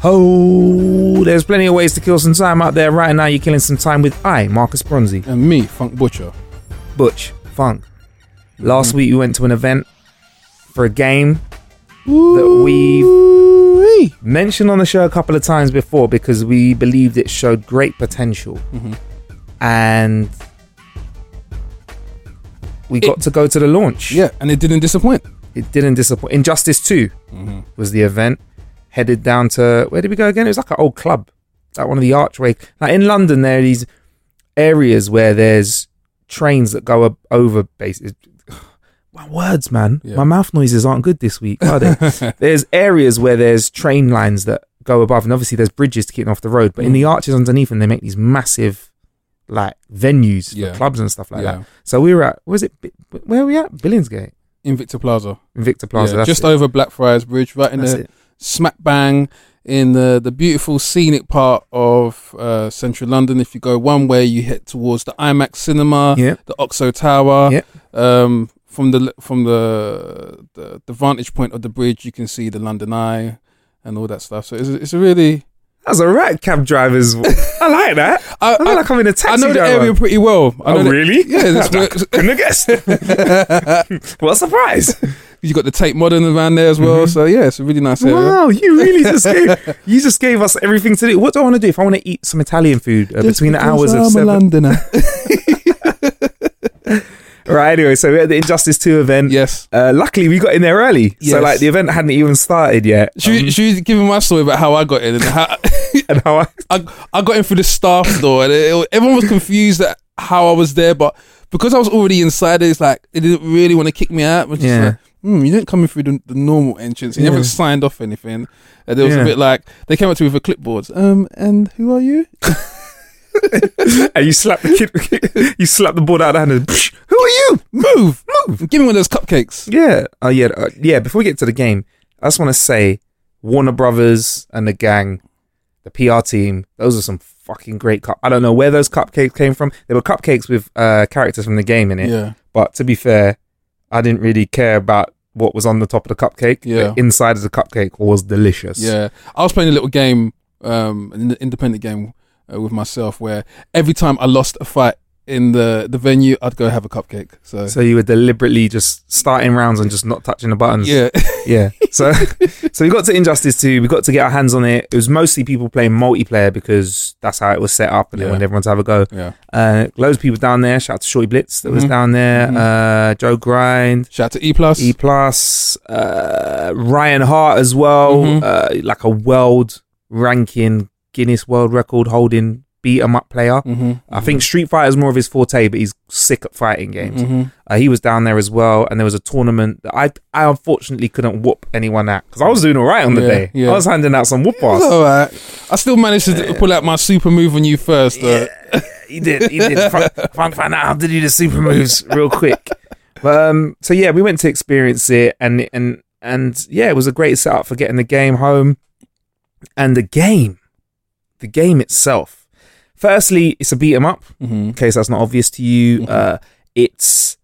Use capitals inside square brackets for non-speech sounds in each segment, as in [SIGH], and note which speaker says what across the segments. Speaker 1: ho. There's plenty of ways to kill some time out there. Right now, you're killing some time with I, Marcus Bronzy,
Speaker 2: And me, Funk Butcher.
Speaker 1: Butch, Funk.
Speaker 2: Mm.
Speaker 1: Last week, we went to an event for a game that we've
Speaker 2: Ooh-wee.
Speaker 1: mentioned on the show a couple of times before because we believed it showed great potential.
Speaker 2: Mm-hmm.
Speaker 1: And we got to go to the launch.
Speaker 2: Yeah, and it didn't disappoint.
Speaker 1: It didn't disappoint. Injustice 2
Speaker 2: Mm-hmm.
Speaker 1: was the event. Headed down to, where did we go again? It was like an old club, like one of the archway. Like in London, there are these areas where there's trains that go up over bases. [SIGHS] My words, man.
Speaker 2: Yeah.
Speaker 1: My mouth noises aren't good this week, are
Speaker 2: [LAUGHS]
Speaker 1: they? there's areas where there's train lines that go above, and obviously there's bridges to keep them off the road. But in the
Speaker 2: Mm.
Speaker 1: arches underneath them, they make these massive, like venues
Speaker 2: Yeah.
Speaker 1: for clubs and stuff like
Speaker 2: Yeah.
Speaker 1: that. So we were at, was it, Bi- where were we at? Billingsgate,
Speaker 2: Invicta Plaza.
Speaker 1: Invicta Plaza.
Speaker 2: Yeah,
Speaker 1: that's
Speaker 2: just
Speaker 1: it.
Speaker 2: over Blackfriars Bridge, right in
Speaker 1: That's
Speaker 2: the
Speaker 1: it.
Speaker 2: smack bang in the, the beautiful scenic part of uh, central London. If you go one way, you head towards the IMAX cinema,
Speaker 1: Yeah.
Speaker 2: the Oxo Tower.
Speaker 1: Yeah.
Speaker 2: Um, from the from the, the the vantage point of the bridge, you can see the London Eye and all that stuff. So it's, it's a really
Speaker 1: That was a right cab
Speaker 2: [LAUGHS]
Speaker 1: drivers. I like that. I, feel like I'm in a taxi
Speaker 2: I know the
Speaker 1: driver.
Speaker 2: area pretty well. I know
Speaker 1: oh,
Speaker 2: the-
Speaker 1: really? [LAUGHS]
Speaker 2: yeah, that's where-
Speaker 1: Couldn't have guessed.
Speaker 2: [LAUGHS]
Speaker 1: what a surprise.
Speaker 2: you got the Tate Modern around there as well. So yeah, it's a really nice area.
Speaker 1: Wow, you really just gave, you just gave us everything to do. What do I want to do? If I want to eat some Italian food uh, between the hours of 7
Speaker 2: Londoner.
Speaker 1: Right, anyway, so we had the Injustice 2 event.
Speaker 2: [LAUGHS] yes.
Speaker 1: Uh, luckily, we got in there early. So,
Speaker 2: Yes.
Speaker 1: like, the event hadn't even started yet.
Speaker 2: Should, we- should we give me my story about how I got in and how [LAUGHS]
Speaker 1: [LAUGHS] And how I,
Speaker 2: I, I got in through the staff door and it, it- everyone was confused at how I was there, but because I was already inside, it's like they didn't really want to kick me out. Which
Speaker 1: Yeah.
Speaker 2: is like, hmm, you didn't come in through the, the normal entrance. You
Speaker 1: Yeah.
Speaker 2: haven't signed off anything. And it was
Speaker 1: Yeah.
Speaker 2: a bit like they came up to me with a clipboard. Um, and who are you?
Speaker 1: and you slapped the kid, [LAUGHS] you slapped the board out of hand and,
Speaker 2: Who are you? Move, move. Give me one of those cupcakes.
Speaker 1: Yeah. Oh, yeah. Uh, yeah. Before we get to the game, I just want to say Warner Brothers and the gang, the PR team, those are some fucking great cup. I don't know where those cupcakes came from. They were cupcakes with uh, characters from the game in it.
Speaker 2: Yeah.
Speaker 1: But to be fair, I didn't really care about what was on the top of the cupcake. The
Speaker 2: Yeah.
Speaker 1: inside of the cupcake was delicious.
Speaker 2: Yeah, I was playing a little game, um, an independent game uh, with myself, where every time I lost a fight in the the venue, I'd go have a cupcake. So,
Speaker 1: So you were deliberately just starting rounds and just not touching the buttons.
Speaker 2: yeah,
Speaker 1: Yeah. So [LAUGHS] so we got to Injustice 2, we got to get our hands on it. It was mostly people playing multiplayer because that's how it was set up and they
Speaker 2: Yeah.
Speaker 1: wanted everyone to have a go.
Speaker 2: yeah.
Speaker 1: Uh, loads of people down there. Shout out to Shorty Blitz that was
Speaker 2: Mhm.
Speaker 1: down there.
Speaker 2: Mhm.
Speaker 1: Uh, Joe Grind,
Speaker 2: [LAUGHS] Shout out to E Plus.
Speaker 1: E Plus, uh, Ryan Hart as well.
Speaker 2: Mhm.
Speaker 1: Uh, like a world ranking Guinness World Record holding beat 'em up player.
Speaker 2: hmm
Speaker 1: I think Street Fighter is more of his forte, but he's sick at fighting games. Uh, he was down there as well, and there was a tournament that I I unfortunately couldn't whoop anyone at because I was doing all right on the
Speaker 2: Yeah,
Speaker 1: day.
Speaker 2: yeah.
Speaker 1: I was handing out some whoop
Speaker 2: It's
Speaker 1: offs.
Speaker 2: all right. I still managed to pull out my super move on you first. Though.
Speaker 1: he did. He did.
Speaker 2: [LAUGHS]
Speaker 1: Find, find, find out how to do the super moves real quick. But um, so yeah, we went to experience it, and and and yeah, it was a great setup for getting the game home, and the game, the game itself. Firstly, it's a beat 'em up.
Speaker 2: hmm
Speaker 1: In case that's not obvious to you,
Speaker 2: Mm-hmm.
Speaker 1: uh, it's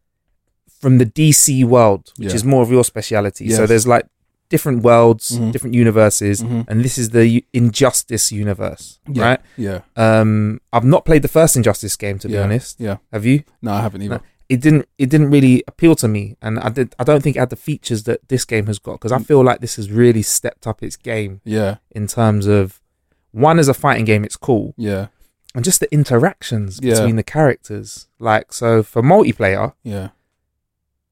Speaker 1: from the DC world, which
Speaker 2: Yeah.
Speaker 1: is more of your speciality. So
Speaker 2: Yes.
Speaker 1: there's like different worlds,
Speaker 2: Mhm.
Speaker 1: different universes,
Speaker 2: Mhm.
Speaker 1: and this is the u- Injustice universe,
Speaker 2: Yeah.
Speaker 1: right?
Speaker 2: Yeah.
Speaker 1: Um, I've not played the first Injustice game to be
Speaker 2: yeah.
Speaker 1: honest.
Speaker 2: Yeah.
Speaker 1: Have you?
Speaker 2: No, I haven't either.
Speaker 1: it didn't it didn't really appeal to me, and I did I don't think it had the features that this game has got because
Speaker 2: Mm.
Speaker 1: I feel like this has really stepped up its game
Speaker 2: Yeah.
Speaker 1: in terms of one as a fighting game, it's cool,
Speaker 2: Yeah.
Speaker 1: and just the interactions
Speaker 2: Yeah.
Speaker 1: between the characters. Like so for multiplayer,
Speaker 2: Yeah.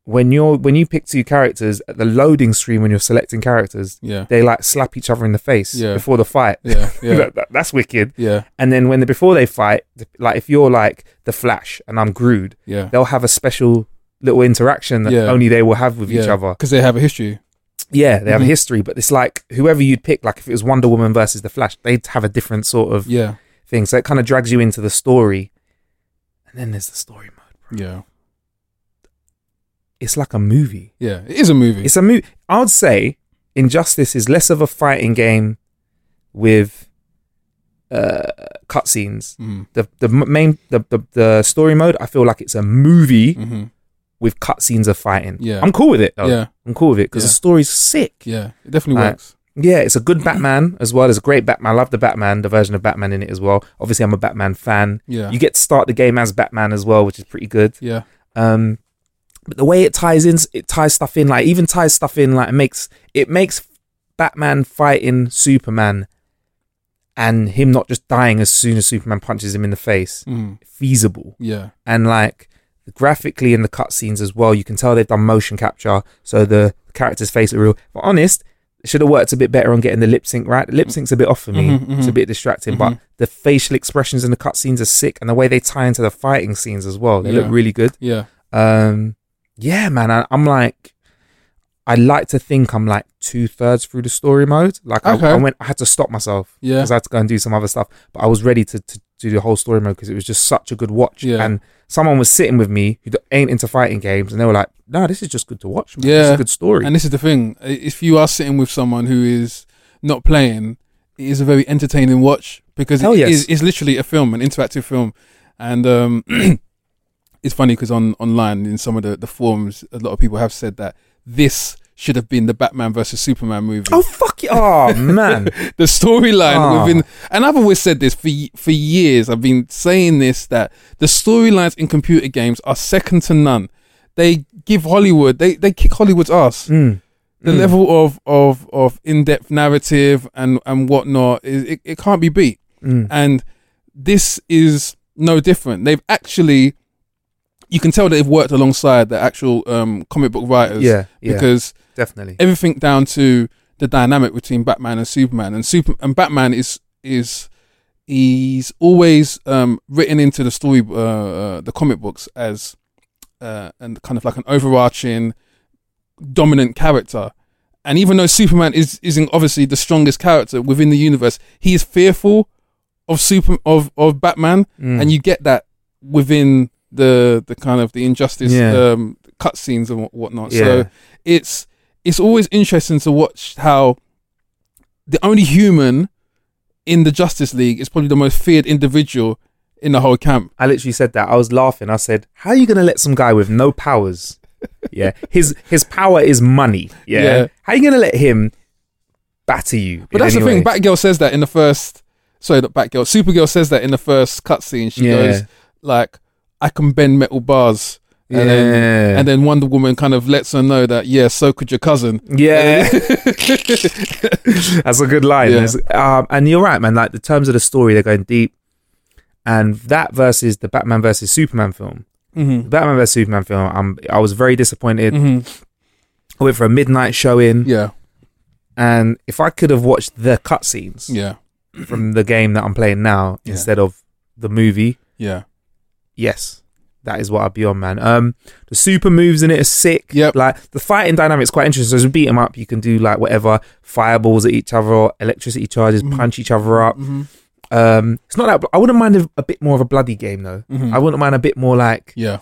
Speaker 1: when you're when you pick two characters at the loading screen when you're selecting characters,
Speaker 2: Yeah.
Speaker 1: they like slap each other in the face
Speaker 2: Yeah.
Speaker 1: before the fight.
Speaker 2: Yeah.
Speaker 1: [LAUGHS]
Speaker 2: Yeah.
Speaker 1: That- that- that's wicked.
Speaker 2: Yeah.
Speaker 1: And then when the, before they fight, th- like if you're like the Flash and I'm Grood,
Speaker 2: Yeah.
Speaker 1: they'll have a special little interaction that
Speaker 2: Yeah.
Speaker 1: only they will have with each other.
Speaker 2: because they have a history.
Speaker 1: Yeah, they have
Speaker 2: Mhm.
Speaker 1: a history, but it's like whoever you'd pick, like if it was Wonder Woman versus the Flash, they'd have a different sort of
Speaker 2: Yeah.
Speaker 1: thing. So it kind of drags you into the story. And then there's the story mode. Bro.
Speaker 2: Yeah.
Speaker 1: It's like a movie.
Speaker 2: Yeah. It is a movie.
Speaker 1: It's a movie. I would say Injustice is less of a fighting game with uh, cutscenes.
Speaker 2: Mhm.
Speaker 1: The the m- main the, the the story mode. I feel like it's a movie
Speaker 2: Mhm.
Speaker 1: with cutscenes of fighting.
Speaker 2: Yeah.
Speaker 1: I'm cool with it. Though.
Speaker 2: Yeah.
Speaker 1: I'm cool with it because
Speaker 2: Yeah.
Speaker 1: the story's sick.
Speaker 2: Yeah. It definitely
Speaker 1: Like,
Speaker 2: works.
Speaker 1: Yeah, it's a good Batman as well. It's a great Batman. I love the Batman, the version of Batman in it as well. Obviously, I'm a Batman fan.
Speaker 2: Yeah.
Speaker 1: You get to start the game as Batman as well, which is pretty good.
Speaker 2: Yeah.
Speaker 1: Um, but the way it ties in, it ties stuff in, like even ties stuff in, like it makes it makes Batman fighting Superman and him not just dying as soon as Superman punches him in the face
Speaker 2: Mhm.
Speaker 1: feasible.
Speaker 2: Yeah.
Speaker 1: And like graphically in the cutscenes as well, you can tell they've done motion capture, so the character's face are real. But honest, it should have worked a bit better on getting the lip sync right. The lip sync's a bit off for me;
Speaker 2: Mhm, mhm.
Speaker 1: it's a bit distracting.
Speaker 2: Mhm.
Speaker 1: But the facial expressions in the cutscenes are sick, and the way they tie into the fighting scenes as well, they
Speaker 2: Yeah.
Speaker 1: look really good
Speaker 2: Yeah.
Speaker 1: um yeah man I, i'm like i like to think i'm like two-thirds through the story mode like
Speaker 2: Okay.
Speaker 1: I, I went i had to stop myself
Speaker 2: Yeah.
Speaker 1: because i had to go and do some other stuff but i was ready to, to do the whole story mode because it was just such a good watch
Speaker 2: Yeah.
Speaker 1: and someone was sitting with me who d- ain't into fighting games and they were like no this is just good to watch man. this is
Speaker 2: Yeah.
Speaker 1: a good story
Speaker 2: And this is the thing: i- if you are sitting with someone who is not playing, it is a very entertaining watch because
Speaker 1: Hell
Speaker 2: it
Speaker 1: yes.
Speaker 2: is it's literally a film, an interactive film, and um, [CLEARS THROAT] it's funny because on online in some of the the forums, a lot of people have said that this should have been the Batman versus Superman movie.
Speaker 1: oh fuck it
Speaker 2: [LAUGHS]
Speaker 1: oh man
Speaker 2: the storyline
Speaker 1: Ah.
Speaker 2: within and I've always said this for y- for years I've been saying this that the storylines in computer games are second to none they give Hollywood they they kick Hollywood's ass
Speaker 1: Mm.
Speaker 2: the
Speaker 1: Mm.
Speaker 2: level of of of in-depth narrative and and whatnot is it, it can't be beat
Speaker 1: Mm.
Speaker 2: and this is no different they've actually you can tell they've worked alongside the actual um, comic book writers
Speaker 1: Yeah, yeah.
Speaker 2: because
Speaker 1: definitely
Speaker 2: everything down to the dynamic between Batman and Superman. And Super and Batman is is he's always um, written into the story, uh, uh, the comic books as uh, and kind of like an overarching dominant character. And even though Superman is is in- obviously the strongest character within the universe, he is fearful of super of of Batman,
Speaker 1: Mm.
Speaker 2: and you get that within the the kind of the injustice
Speaker 1: Yeah.
Speaker 2: um, cutscenes and what- whatnot.
Speaker 1: Yeah.
Speaker 2: So it's it's always interesting to watch how the only human in the Justice League is probably the most feared individual in the whole camp.
Speaker 1: I literally said that. I was laughing. I said, "How are you going to let some guy with no powers?
Speaker 2: [LAUGHS]
Speaker 1: Yeah, his his power is money. Yeah,
Speaker 2: Yeah.
Speaker 1: how are you going to let him batter you?
Speaker 2: But
Speaker 1: in
Speaker 2: that's the
Speaker 1: any
Speaker 2: thing.
Speaker 1: way?
Speaker 2: Batgirl says that in the first. Sorry, not Batgirl. Supergirl says that in the first cutscene. She
Speaker 1: Yeah.
Speaker 2: goes like, "I can bend metal bars." And then,
Speaker 1: Yeah.
Speaker 2: and then Wonder Woman kind of lets her know that, yeah, so could your cousin. [LAUGHS]
Speaker 1: yeah, that's a good line.
Speaker 2: Yeah.
Speaker 1: It's- Um, and you're right, man. Like the terms of the story, they're going deep. And that versus the Batman versus Superman film.
Speaker 2: Mhm.
Speaker 1: The Batman versus Superman film. I'm, I was very disappointed. I went for a midnight showing,
Speaker 2: Mm-hmm. Yeah,
Speaker 1: and if I could have watched the cutscenes,
Speaker 2: yeah,
Speaker 1: from the game that I'm playing now
Speaker 2: Yeah.
Speaker 1: instead of the movie.
Speaker 2: yeah.
Speaker 1: Yes, that is what I'd be on, man. Um, the super moves in it are sick.
Speaker 2: Yep.
Speaker 1: like the fighting dynamic's quite interesting. So as you beat them up, you can do like whatever fireballs at each other, or electricity charges,
Speaker 2: Mm-hmm.
Speaker 1: punch each other up. Um, it's not that I wouldn't mind a, a bit more of a bloody game though.
Speaker 2: Mm-hmm.
Speaker 1: I wouldn't mind a bit more like
Speaker 2: Yeah,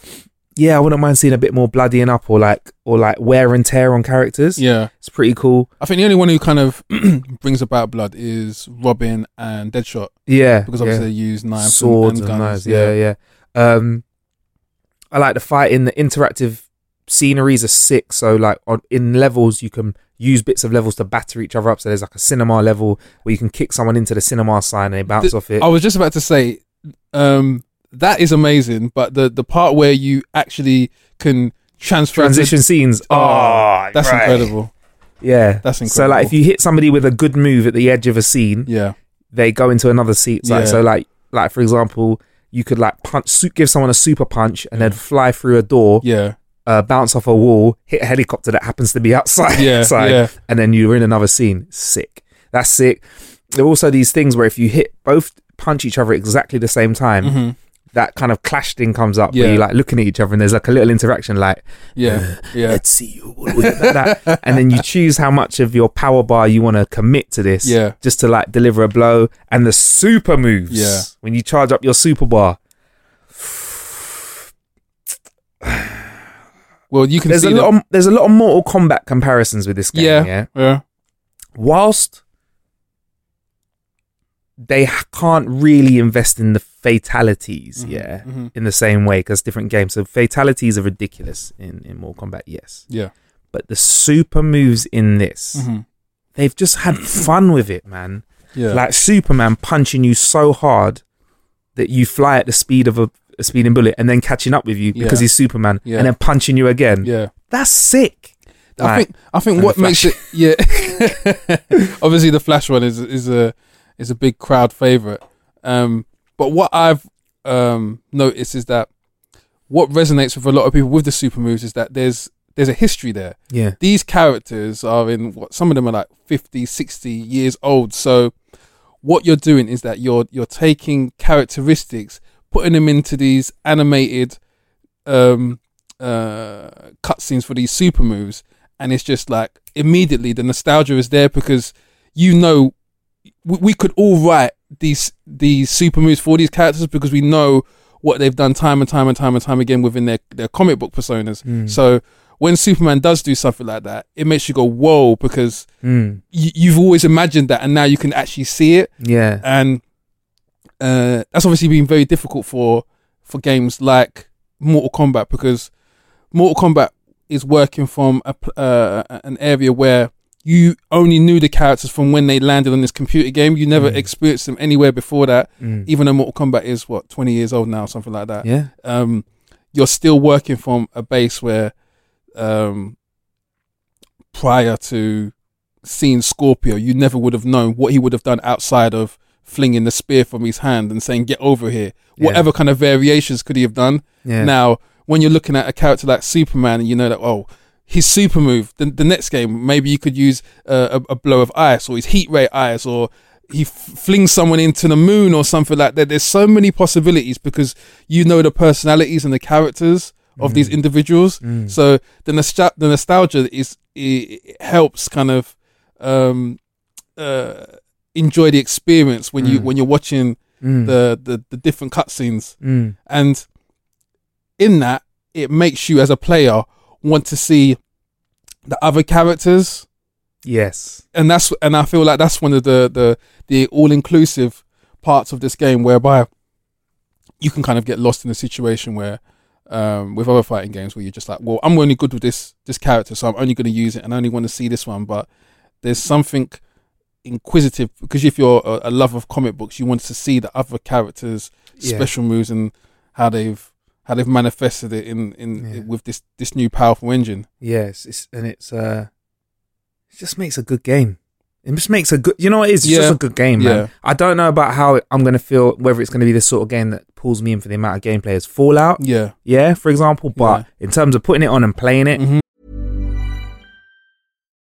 Speaker 1: yeah, I wouldn't mind seeing a bit more bloodying up or like or like wear and tear on characters.
Speaker 2: yeah.
Speaker 1: it's pretty cool.
Speaker 2: I think the only one who kind of [CLEARS THROAT] brings about blood is Robin and Deadshot
Speaker 1: Yeah,
Speaker 2: because
Speaker 1: yeah.
Speaker 2: obviously they use knives and-
Speaker 1: swords
Speaker 2: and
Speaker 1: and, knives.
Speaker 2: guns.
Speaker 1: Yeah, yeah. Um, I like the fighting. The interactive sceneries are sick. So like on in levels, you can use bits of levels to batter each other up. So there's like a cinema level where you can kick someone into the cinema sign and they bounce
Speaker 2: Th-
Speaker 1: off it.
Speaker 2: I was just about to say, um, that is amazing. But the the part where you actually can transfer to-
Speaker 1: Transition scenes. Oh,
Speaker 2: that's
Speaker 1: right.
Speaker 2: incredible.
Speaker 1: Yeah,
Speaker 2: That's
Speaker 1: So like, if
Speaker 2: incredible.
Speaker 1: you hit somebody with a good move at the edge of a scene,
Speaker 2: Yeah,
Speaker 1: they go into another seat. Like,
Speaker 2: Yeah.
Speaker 1: So like, like for example, you could like punch, su- give someone a super punch, and then fly through a door,
Speaker 2: yeah,
Speaker 1: uh, bounce off a wall, hit a helicopter that happens to be outside, [LAUGHS]
Speaker 2: Yeah,
Speaker 1: outside,
Speaker 2: yeah.
Speaker 1: and then you're in another scene. Sick. That's sick. There are also these things where if you hit both punch each other exactly the same time, that kind of clash thing comes up.
Speaker 2: Mm-hmm. Yeah.
Speaker 1: Where you're like looking at each other, and there's like a little interaction, like "Uh,
Speaker 2: yeah,
Speaker 1: [SIGHS]
Speaker 2: yeah,
Speaker 1: let's see you that,
Speaker 2: [LAUGHS]
Speaker 1: that. and then you choose how much of your power bar you want to commit to this
Speaker 2: Yeah.
Speaker 1: just to like deliver a blow and the super moves
Speaker 2: Yeah.
Speaker 1: when you charge up your super bar
Speaker 2: Well, you can
Speaker 1: there's
Speaker 2: see
Speaker 1: a
Speaker 2: the-
Speaker 1: lot of, there's a lot of mortal kombat comparisons with this game yeah,
Speaker 2: yeah, yeah,
Speaker 1: whilst they h- can't really invest in the fatalities
Speaker 2: Mm-hmm.
Speaker 1: yeah in the same way because different games so fatalities are ridiculous in in mortal kombat yes
Speaker 2: yeah.
Speaker 1: but the super moves in this
Speaker 2: Mhm.
Speaker 1: they've just had fun with it, man.
Speaker 2: Yeah.
Speaker 1: Like Superman punching you so hard that you fly at the speed of a, a speeding bullet and then catching up with you because
Speaker 2: Yeah.
Speaker 1: he's Superman
Speaker 2: Yeah.
Speaker 1: and then punching you again.
Speaker 2: yeah.
Speaker 1: That's sick.
Speaker 2: I
Speaker 1: Like,
Speaker 2: think I think
Speaker 1: and
Speaker 2: what
Speaker 1: the
Speaker 2: makes it yeah.
Speaker 1: [LAUGHS]
Speaker 2: [LAUGHS] Obviously, the Flash one is is a is a big crowd favorite. Um, but what I've um, noticed is that what resonates with a lot of people with the super moves is that there's there's a history there.
Speaker 1: Yeah.
Speaker 2: These characters are in what some of them are like 50, 60 years old. So what you're doing is that you're you're taking characteristics, putting them into these animated um uh cutscenes for these super moves, and it's just like immediately the nostalgia is there because you know we, we could all write these these super moves for these characters because we know what they've done time and time and time and time again within their their comic book personas. So when Superman does do something like that, it makes you go whoa because
Speaker 1: Mm,
Speaker 2: you, you've always imagined that and now you can actually see it
Speaker 1: yeah.
Speaker 2: and uh, that's obviously been very difficult for for games like Mortal Kombat because Mortal Kombat is working from a, pl- uh, an area where you only knew the characters from when they landed on this computer game. You never experienced them anywhere before that. Even though Mortal Kombat is what twenty years old now, something like that
Speaker 1: Yeah.
Speaker 2: um, you're still working from a base where um, prior to seeing Scorpio, you never would have known what he would have done outside of flinging the spear from his hand and saying, get over here.
Speaker 1: Yeah.
Speaker 2: Whatever kind of variations could he have done.
Speaker 1: Yeah.
Speaker 2: Now, when you're looking at a character like Superman and you know that, oh, his super move, the, the next game, maybe you could use uh, a, a blow of ice or his heat ray ice or he f- flings someone into the moon or something like that. There's so many possibilities because you know the personalities and the characters of these individuals. So the, nostal- the nostalgia is it, it helps kind of um, uh, enjoy the experience when you when you're watching the, the the different cutscenes
Speaker 1: Mm.
Speaker 2: and in that it makes you as a player want to see the other characters
Speaker 1: Yes.
Speaker 2: and that's and I feel like that's one of the the the all inclusive parts of this game whereby you can kind of get lost in a situation where um, with other fighting games where you're just like, well, I'm only good with this this character, so I'm only going to use it and I only want to see this one. But there's something inquisitive because if you're a, a lover of comic books, you want to see the other characters'
Speaker 1: Yeah.
Speaker 2: special moves and how they've how they've manifested it in in
Speaker 1: Yeah.
Speaker 2: with this this new powerful engine.
Speaker 1: Yes. It's, and it's, uh, it just makes a good game. It just makes a good, you know what it is? It's
Speaker 2: Yeah.
Speaker 1: just a good game, man.
Speaker 2: Yeah.
Speaker 1: I don't know about how I'm going to feel, whether it's going to be the sort of game that pulls me in for the amount of gameplay as Fallout.
Speaker 2: Yeah,
Speaker 1: yeah, for example. But in terms of putting it on and playing it,
Speaker 2: Mhm.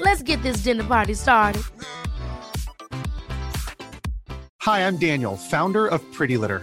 Speaker 3: Let's get this dinner party started.
Speaker 4: Hi, I'm Daniel, founder of Pretty Litter.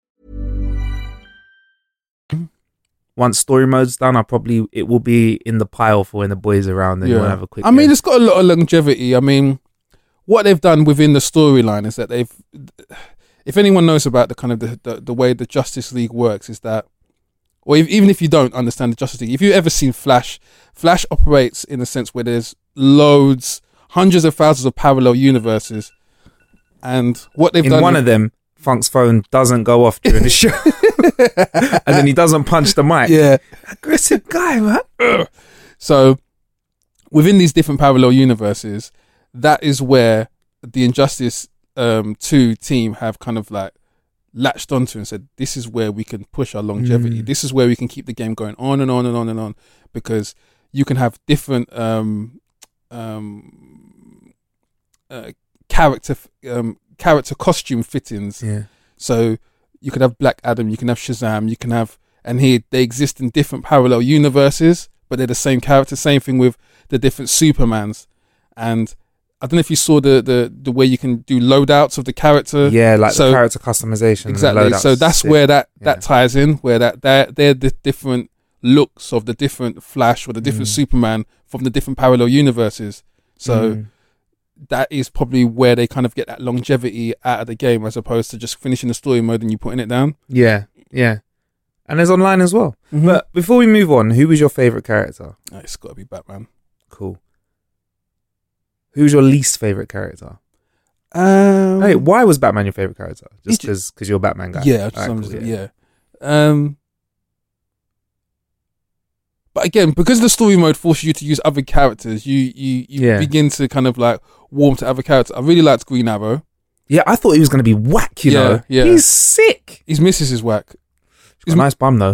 Speaker 1: Once story mode's done, I probably it will be in the pile for when the boys are around and we'll have a quick.
Speaker 2: I mean,
Speaker 1: game.
Speaker 2: it's got a lot of longevity. I mean, what they've done within the storyline is that they've, if anyone knows about the kind of the, the, the way the Justice League works, is that, or if, even if you don't understand the Justice League, if you've ever seen Flash, Flash operates in a sense where there's loads, hundreds of thousands of parallel universes, and what they've
Speaker 1: in
Speaker 2: done
Speaker 1: one
Speaker 2: with-
Speaker 1: of them, Funk's phone doesn't go off during the
Speaker 2: [LAUGHS]
Speaker 1: show, and then he doesn't punch the mic.
Speaker 2: yeah,
Speaker 1: aggressive guy, man.
Speaker 2: So within these different parallel universes, that is where the Injustice um, 2 team have kind of like latched onto and said, this is where we can push our longevity. This is where we can keep the game going on and on and on and on because you can have different um, um, uh, character f- um, character costume fittings.
Speaker 1: Yeah.
Speaker 2: So you could have Black Adam, you can have Shazam, you can have, and here they exist in different parallel universes, but they're the same character. Same thing with the different Supermans, and I don't know if you saw the the the way you can do loadouts of the character.
Speaker 1: Yeah, like
Speaker 2: so
Speaker 1: the character customization. and the
Speaker 2: exactly.
Speaker 1: loadouts.
Speaker 2: So that's
Speaker 1: Sick.
Speaker 2: where that that
Speaker 1: Yeah.
Speaker 2: ties in, where that they're, they're the different looks of the different Flash or the different
Speaker 1: Mm.
Speaker 2: Superman from the different parallel universes. So
Speaker 1: Mm.
Speaker 2: that is probably where they kind of get that longevity out of the game, as opposed to just finishing the story mode and you putting it down.
Speaker 1: Yeah, yeah. And there's online as well. But before we move on, who was your favorite character?
Speaker 2: Oh, it's got to be Batman.
Speaker 1: Cool. Who's your least favorite character?
Speaker 2: Um,
Speaker 1: Hey, why was Batman your favorite character? Just
Speaker 2: It-
Speaker 1: because you're a Batman guy.
Speaker 2: Yeah,
Speaker 1: All right,
Speaker 2: some-
Speaker 1: cool,
Speaker 2: yeah. Um, but again, because the story mode forces you to use other characters, you you, you
Speaker 1: Yeah.
Speaker 2: begin to kind of like warm to other characters. I really liked Green Arrow.
Speaker 1: Yeah, I thought he was gonna be whack. You
Speaker 2: Yeah,
Speaker 1: know,
Speaker 2: yeah.
Speaker 1: he's sick.
Speaker 2: His missus is
Speaker 1: [LAUGHS]
Speaker 2: whack.
Speaker 1: She's got a nice bum
Speaker 2: [LAUGHS]
Speaker 1: though.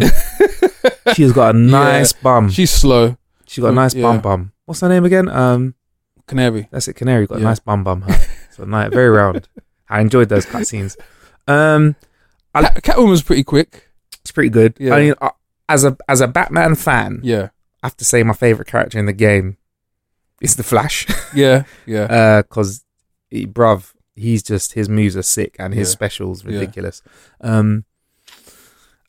Speaker 1: She's got a nice
Speaker 2: Yeah.
Speaker 1: bum. She
Speaker 2: She's slow.
Speaker 1: has got a nice
Speaker 2: Yeah.
Speaker 1: bum bum. What's her name again? Um,
Speaker 2: Canary.
Speaker 1: that's it. Canary got
Speaker 2: Yeah.
Speaker 1: a nice bum bum. Her. so nice, very
Speaker 2: [LAUGHS]
Speaker 1: round. I enjoyed those cutscenes. Um, I-
Speaker 2: Cat, Catwoman's pretty quick.
Speaker 1: it's pretty good.
Speaker 2: Yeah.
Speaker 1: I mean, I, as a as a Batman fan,
Speaker 2: Yeah.
Speaker 1: I have to say my favorite character in the game is the
Speaker 2: [LAUGHS]
Speaker 1: Flash,
Speaker 2: Yeah. Yeah.
Speaker 1: because he bruv, he's just his moves are sick and his
Speaker 2: Yeah.
Speaker 1: specials
Speaker 2: Yeah.
Speaker 1: ridiculous. Um,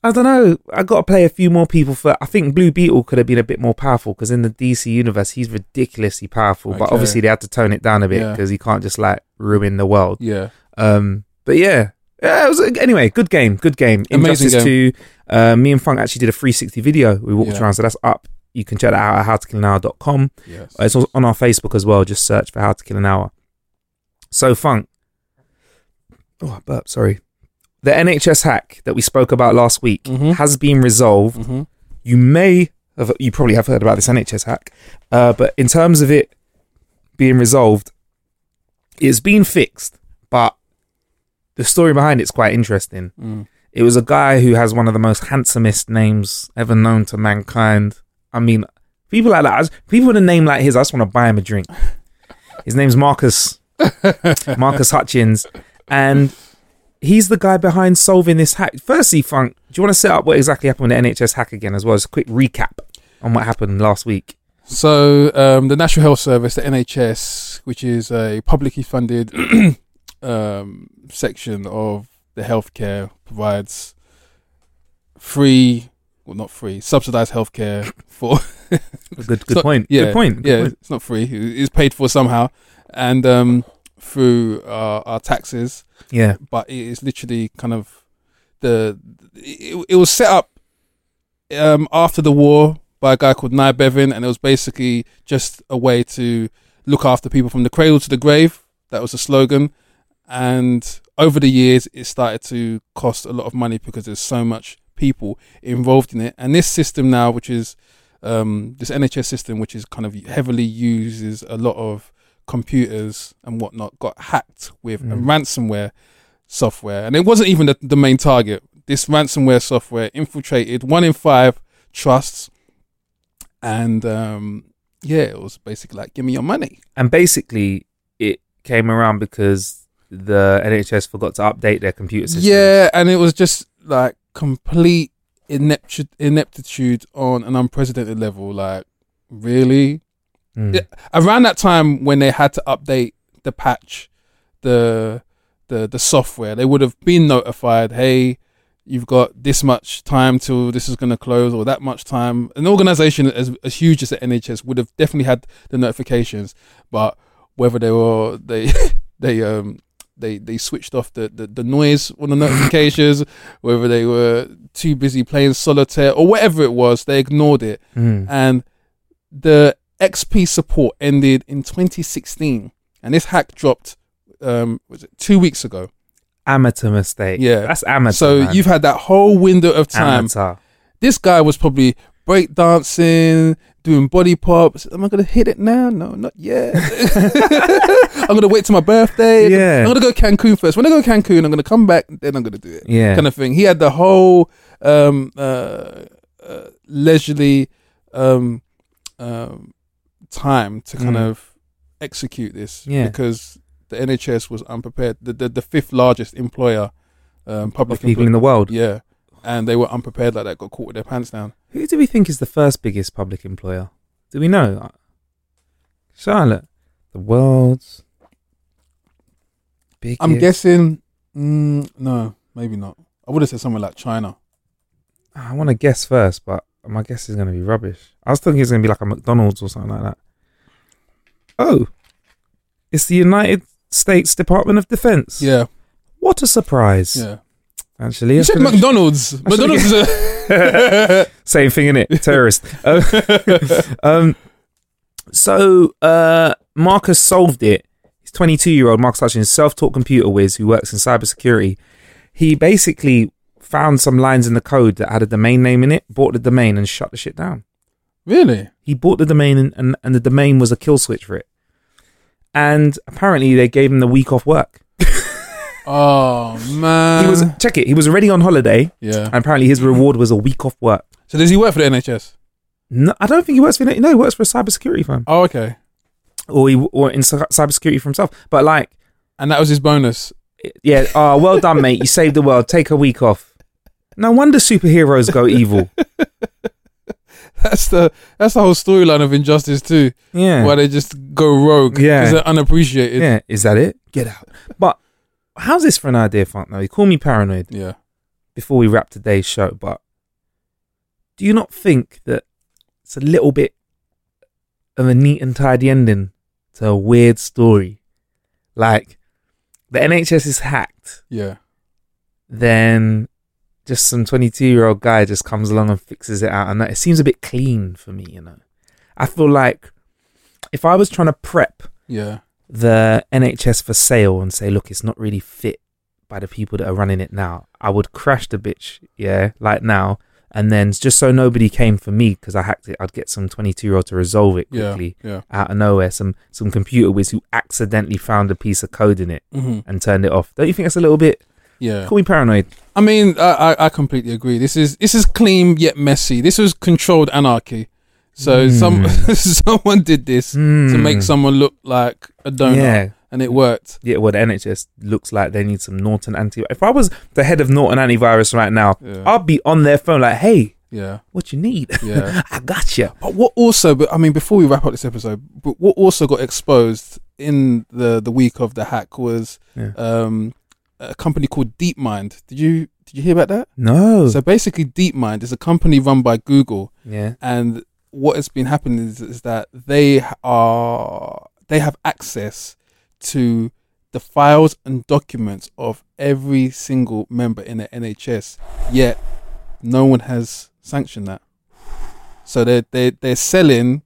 Speaker 1: I don't know. I got to play a few more people for. I think Blue Beetle could have been a bit more powerful because in the DC universe he's ridiculously powerful, but
Speaker 2: Okay.
Speaker 1: obviously they had to tone it down a bit
Speaker 2: Yeah.
Speaker 1: because he can't just like ruin the world.
Speaker 2: yeah.
Speaker 1: Um, but yeah, yeah. It was anyway. Good game. Good game.
Speaker 2: Amazing
Speaker 1: Injustice Two. Uh, me and Funk actually did a 360 video. We walked
Speaker 2: Yeah.
Speaker 1: around, so that's up. You can check that out at howtokillanhour.com.
Speaker 2: Yes.
Speaker 1: Uh, It's also on our Facebook as well. Just search for How to Kill an Hour. So Funk. Oh, I burped. Sorry. The NHS hack that we spoke about last week
Speaker 2: Mhm.
Speaker 1: has been resolved
Speaker 2: hmm
Speaker 1: you may have you probably have heard about this NHS hack, uh, but in terms of it being resolved, it's been fixed. But the story behind it's quite interesting. It was a guy who has one of the most handsomest names ever known to mankind. I mean, people like that. I just- people with a name like his, I just want to buy him a drink. His name's Marcus Marcus Hutchins, and he's the guy behind solving this hack. Firstly, Funk, do you want to set up what exactly happened with the NHS hack again, as well as a quick recap on what happened last week?
Speaker 2: So um, the National Health Service, the NHS, which is a publicly funded [CLEARS THROAT] um, section of the healthcare, provides free, well, not free, subsidised healthcare for.
Speaker 1: Good,
Speaker 2: It's [LAUGHS]
Speaker 1: good
Speaker 2: not-
Speaker 1: point.
Speaker 2: Yeah,
Speaker 1: good point.
Speaker 2: yeah,
Speaker 1: Good point.
Speaker 2: it's not free. It- It's paid for somehow, and um, through our, our taxes.
Speaker 1: yeah,
Speaker 2: But it is literally kind of the it, it was set up um, after the war by a guy called Nye Bevin, and it was basically just a way to look after people from the cradle to the grave. That was the slogan, and over the years, it started to cost a lot of money because there's so much people involved in it. And this system now, which is um, this NHS system, which is kind of heavily uses a lot of computers and whatnot, got hacked with a ransomware software, and it wasn't even the, the main target. This ransomware software infiltrated one in five trusts, and um, yeah, it was basically like, "Give me your money."
Speaker 1: And basically, it came around because the NHS forgot to update their computer systems.
Speaker 2: Yeah, and it was just like complete ineptitude, ineptitude on an unprecedented level. Like, really?
Speaker 1: Mm.
Speaker 2: Yeah, around that time when they had to update the patch, the the the software, they would have been notified. Hey, you've got this much time till this is going to close, or that much time. An organization as as huge as the NHS would have definitely had the notifications, but whether they were they [LAUGHS] they um they they switched off the, the, the noise on the notifications, whether they were too busy playing solitaire or whatever it was, they ignored it.
Speaker 1: Mm.
Speaker 2: And Um, the XP support ended in 2016, and this hack dropped um was it two weeks ago?
Speaker 1: Amateur mistake.
Speaker 2: Yeah,
Speaker 1: That's amateur.
Speaker 2: So
Speaker 1: man.
Speaker 2: you've had that whole window of time.
Speaker 1: amateur.
Speaker 2: This guy was probably break dancing, doing body pops. Am I gonna hit it now? No, not yet. [LAUGHS] I'm gonna wait till my birthday.
Speaker 1: Yeah.
Speaker 2: I'm gonna go Cancun first. When I go Cancun, I'm gonna come back. Then I'm gonna do it.
Speaker 1: Yeah.
Speaker 2: kind of thing. He had the whole um, uh, uh, leisurely um, um, time to kind
Speaker 1: Mm.
Speaker 2: of execute this
Speaker 1: Yeah.
Speaker 2: because the NHS was unprepared. The the, the fifth largest employer, um,
Speaker 1: Of
Speaker 2: public
Speaker 1: people
Speaker 2: employ-
Speaker 1: in the world.
Speaker 2: yeah, and they were unprepared like that. Got caught with their pants down.
Speaker 1: Who do we think is the first biggest public employer? Do we know? Charlotte, the world's biggest.
Speaker 2: I'm guessing. Mm, no, maybe not. I would have said somewhere like China.
Speaker 1: Ah, I want to guess first, but my guess is going to be rubbish. I was thinking it's going to be like a McDonald's or something like that. Oh, it's the United States Department of Defense.
Speaker 2: Yeah,
Speaker 1: What a surprise!
Speaker 2: yeah.
Speaker 1: Actually,
Speaker 2: You
Speaker 1: I
Speaker 2: said
Speaker 1: could've-
Speaker 2: McDonald's.
Speaker 1: [LAUGHS]
Speaker 2: McDonald's is a.
Speaker 1: Same thing in it. Terrorist. um, um, [LAUGHS] so uh, Marcus solved it. He's 22 year old Marcus Hutchins, self taught computer whiz who works in cybersecurity. He basically found some lines in the code that had a domain name in it, bought the domain, and shut the shit down.
Speaker 2: really?
Speaker 1: He bought the domain, and, and, and the domain was a kill switch for it. And apparently, they gave him the week off work.
Speaker 2: Oh man.
Speaker 1: He was check it. He was already on holiday,
Speaker 2: Yeah.
Speaker 1: and apparently, his reward was a week off work.
Speaker 2: So does he work for the NHS?
Speaker 1: No, I don't think he works for no. He works for a cybersecurity firm.
Speaker 2: Oh, okay.
Speaker 1: or he or in cy- cybersecurity for himself. But like,
Speaker 2: And that was his bonus. [LAUGHS]
Speaker 1: yeah, oh, well done, mate. You saved the world. Take a week off. No wonder superheroes go evil.
Speaker 2: That's the that's the whole storyline of Injustice too.
Speaker 1: Yeah,
Speaker 2: Why they just go rogue. 'cause
Speaker 1: Yeah.
Speaker 2: They're unappreciated.
Speaker 1: yeah. Is that it?
Speaker 2: Get out.
Speaker 1: But how's this for an idea, Funk? Now you call me paranoid
Speaker 2: Yeah.
Speaker 1: before we wrap today's show, but do you not think that it's a little bit of a neat and tidy ending to a weird story? Like the NHS is hacked.
Speaker 2: Yeah.
Speaker 1: then just some 22 year old guy just comes along and fixes it out. And that, it seems a bit clean for me, you know. I feel like if I was trying to prep
Speaker 2: Yeah.
Speaker 1: the NHS for sale and say, look, it's not really fit by the people that are running it now, I would crash the bitch, yeah, like now. And then just so nobody came for me because I hacked it, I'd get some 22 year old to resolve it
Speaker 2: Yeah,
Speaker 1: quickly
Speaker 2: yeah.
Speaker 1: out of nowhere. Some some computer whiz who accidentally found a piece of code in it
Speaker 2: hmm
Speaker 1: and turned it off. Don't you think that's a little bit?
Speaker 2: Yeah.
Speaker 1: Call me paranoid.
Speaker 2: I mean, I, I I completely agree. This is this is clean yet messy. This was controlled anarchy. So
Speaker 1: Hmm.
Speaker 2: some [LAUGHS] someone did this to make someone look like a donut,
Speaker 1: Yeah.
Speaker 2: and it worked.
Speaker 1: Yeah, well, the NHS looks like they need some Norton anti. If I was the head of Norton antivirus right now,
Speaker 2: Yeah.
Speaker 1: I'd be on their phone like, "Hey,
Speaker 2: Yeah.
Speaker 1: what you need?
Speaker 2: Yeah.
Speaker 1: [LAUGHS] I got you."
Speaker 2: But what also, but I mean, before we wrap up this episode, but what also got exposed in the the week of the hack was
Speaker 1: Yeah.
Speaker 2: um, a company called DeepMind. Did you did you hear about that?
Speaker 1: No.
Speaker 2: So basically, DeepMind is a company run by Google,
Speaker 1: yeah.
Speaker 2: and what has been happening is, is that they are they have access to the files and documents of every single member in the NHS. Yet, no one has sanctioned that. So they they they're selling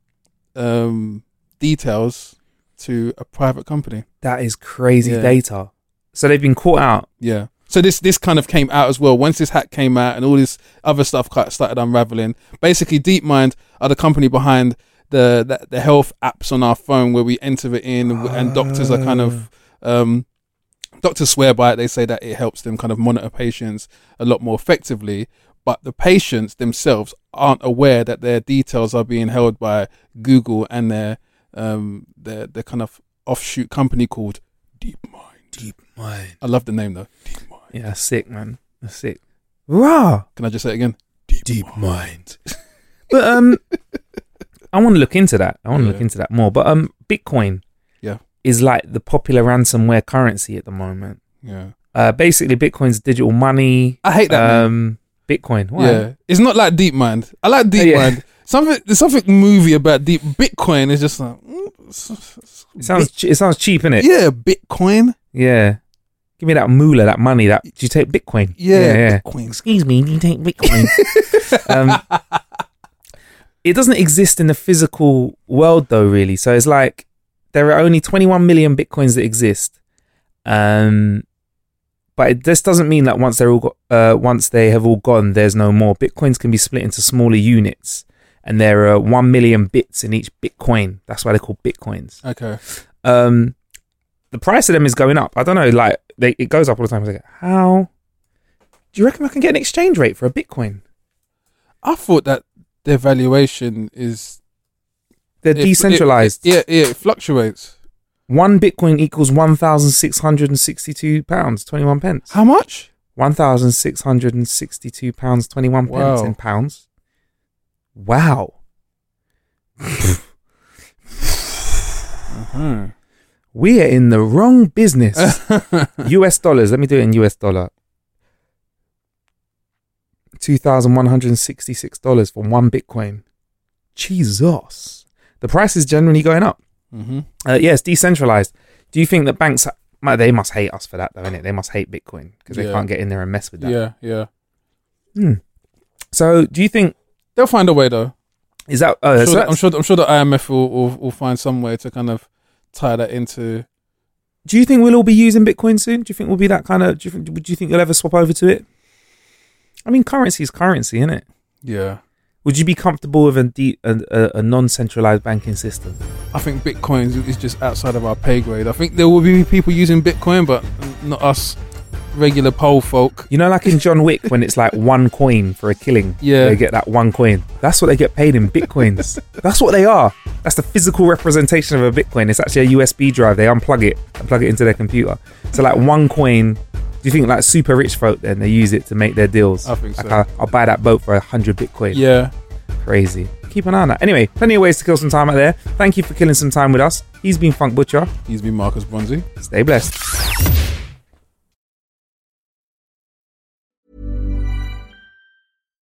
Speaker 2: um, details to a private company.
Speaker 1: That is crazy
Speaker 2: Yeah.
Speaker 1: data. So they've been caught out.
Speaker 2: Yeah. So this this kind of came out as well. Once this hack came out and all this other stuff kind of started unraveling, basically DeepMind are the company behind the the, the health apps on our phone where we enter it in, and doctors are kind of um, doctors swear by it. They say that it helps them kind of monitor patients a lot more effectively. But the patients themselves aren't aware that their details are being held by Google and their um, their their kind of offshoot company called DeepMind. Deep.
Speaker 1: Mine.
Speaker 2: I love the name though. DeepMind.
Speaker 1: Yeah, that's sick, man. That's sick. Rah!
Speaker 2: Can I just say it again?
Speaker 1: Deep mind. but
Speaker 2: [LAUGHS]
Speaker 1: um, I want to look into that. I want to look
Speaker 2: Yeah.
Speaker 1: into that more. But um, Bitcoin
Speaker 2: Yeah.
Speaker 1: is like the popular ransomware currency at the moment.
Speaker 2: Yeah.
Speaker 1: Uh, basically, Bitcoin's digital money.
Speaker 2: I hate that name.
Speaker 1: Um, Bitcoin. Why?
Speaker 2: Yeah. It's not like DeepMind. I like
Speaker 1: yeah.
Speaker 2: DeepMind. Something there's something movie about deep Bitcoin is just like mm, it's- it's-
Speaker 1: It sounds. che- It sounds cheap, innit?
Speaker 2: yeah, Bitcoin.
Speaker 1: Yeah. Give me that moolah, that money. That do you take Bitcoin?
Speaker 2: Yeah, Bitcoin's
Speaker 1: Excuse me, do you take Bitcoin? [LAUGHS] um, it doesn't exist in the physical world, though. Really, so it's like there are only 21 million bitcoins that exist. Um, but it, this doesn't mean that once they're all go- uh, once they have all gone, there's no more. Bitcoins can be split into smaller units, and there are one million bits in each bitcoin. That's why they're called bitcoins
Speaker 2: Okay.
Speaker 1: um the price of them is going up. I don't know, like they, it goes up all the time. I was like, how do you reckon I can get an exchange rate for a Bitcoin?
Speaker 2: I thought that their valuation is
Speaker 1: They're
Speaker 2: it- it-
Speaker 1: decentralized.
Speaker 2: it- yeah, yeah, it fluctuates.
Speaker 1: One Bitcoin equals one thousand six hundred and sixty-two pounds twenty-one pence.
Speaker 2: How much?
Speaker 1: One thousand six hundred and sixty-two pounds twenty-one pence
Speaker 2: Wow.
Speaker 1: in pounds.
Speaker 2: [LAUGHS]
Speaker 1: Wow.
Speaker 2: Mm-hmm.
Speaker 1: We are in the wrong
Speaker 2: [LAUGHS]
Speaker 1: business. US dollars. Let me do it in US dollar. Two thousand one hundred and sixty-six dollars for one Bitcoin. Jesus, the price is generally going up.
Speaker 2: hmm
Speaker 1: Uh, yes, decentralized. Do you think that banks? might- They must hate us for that, though, innit? They must hate Bitcoin because they
Speaker 2: Yeah.
Speaker 1: can't get in there and mess with that.
Speaker 2: Yeah, yeah.
Speaker 1: Hmm. So, do you think
Speaker 2: They'll find a way though.
Speaker 1: is that? Uh, so
Speaker 2: I'm, sure,
Speaker 1: that's-
Speaker 2: I'm sure. I'm sure the IMF will, will will find some way to kind of tie that into.
Speaker 1: Do you think we'll all be using Bitcoin soon? Do you think we'll be that kind of? Do you think? Do you think you'll ever swap over to it? I mean, currency is currency, isn't it?
Speaker 2: Yeah.
Speaker 1: Would you be comfortable with a de- a, a, a non-centralized banking system?
Speaker 2: I think Bitcoin is- is just outside of our pay grade. I think there will be people using Bitcoin, but not us regular poll folk.
Speaker 1: You know, like in John Wick, when it's like one coin for a killing.
Speaker 2: Yeah.
Speaker 1: They get that one coin. That's what they get paid in bitcoins. That's what they are. That's the physical representation of a bitcoin. It's actually a USB drive. They unplug it and plug it into their computer. So, like one coin. Do you think like super rich folk then they use it to make their deals?
Speaker 2: I think
Speaker 1: Like,
Speaker 2: so.
Speaker 1: I'll, I'll buy that boat for a hundred bitcoin.
Speaker 2: Yeah.
Speaker 1: Crazy. Keep an eye on that. Anyway, plenty of ways to kill some time out there. Thank you for killing some time with us. He's been Funk Butcher.
Speaker 2: He's been Marcus Bronzy.
Speaker 1: Stay blessed.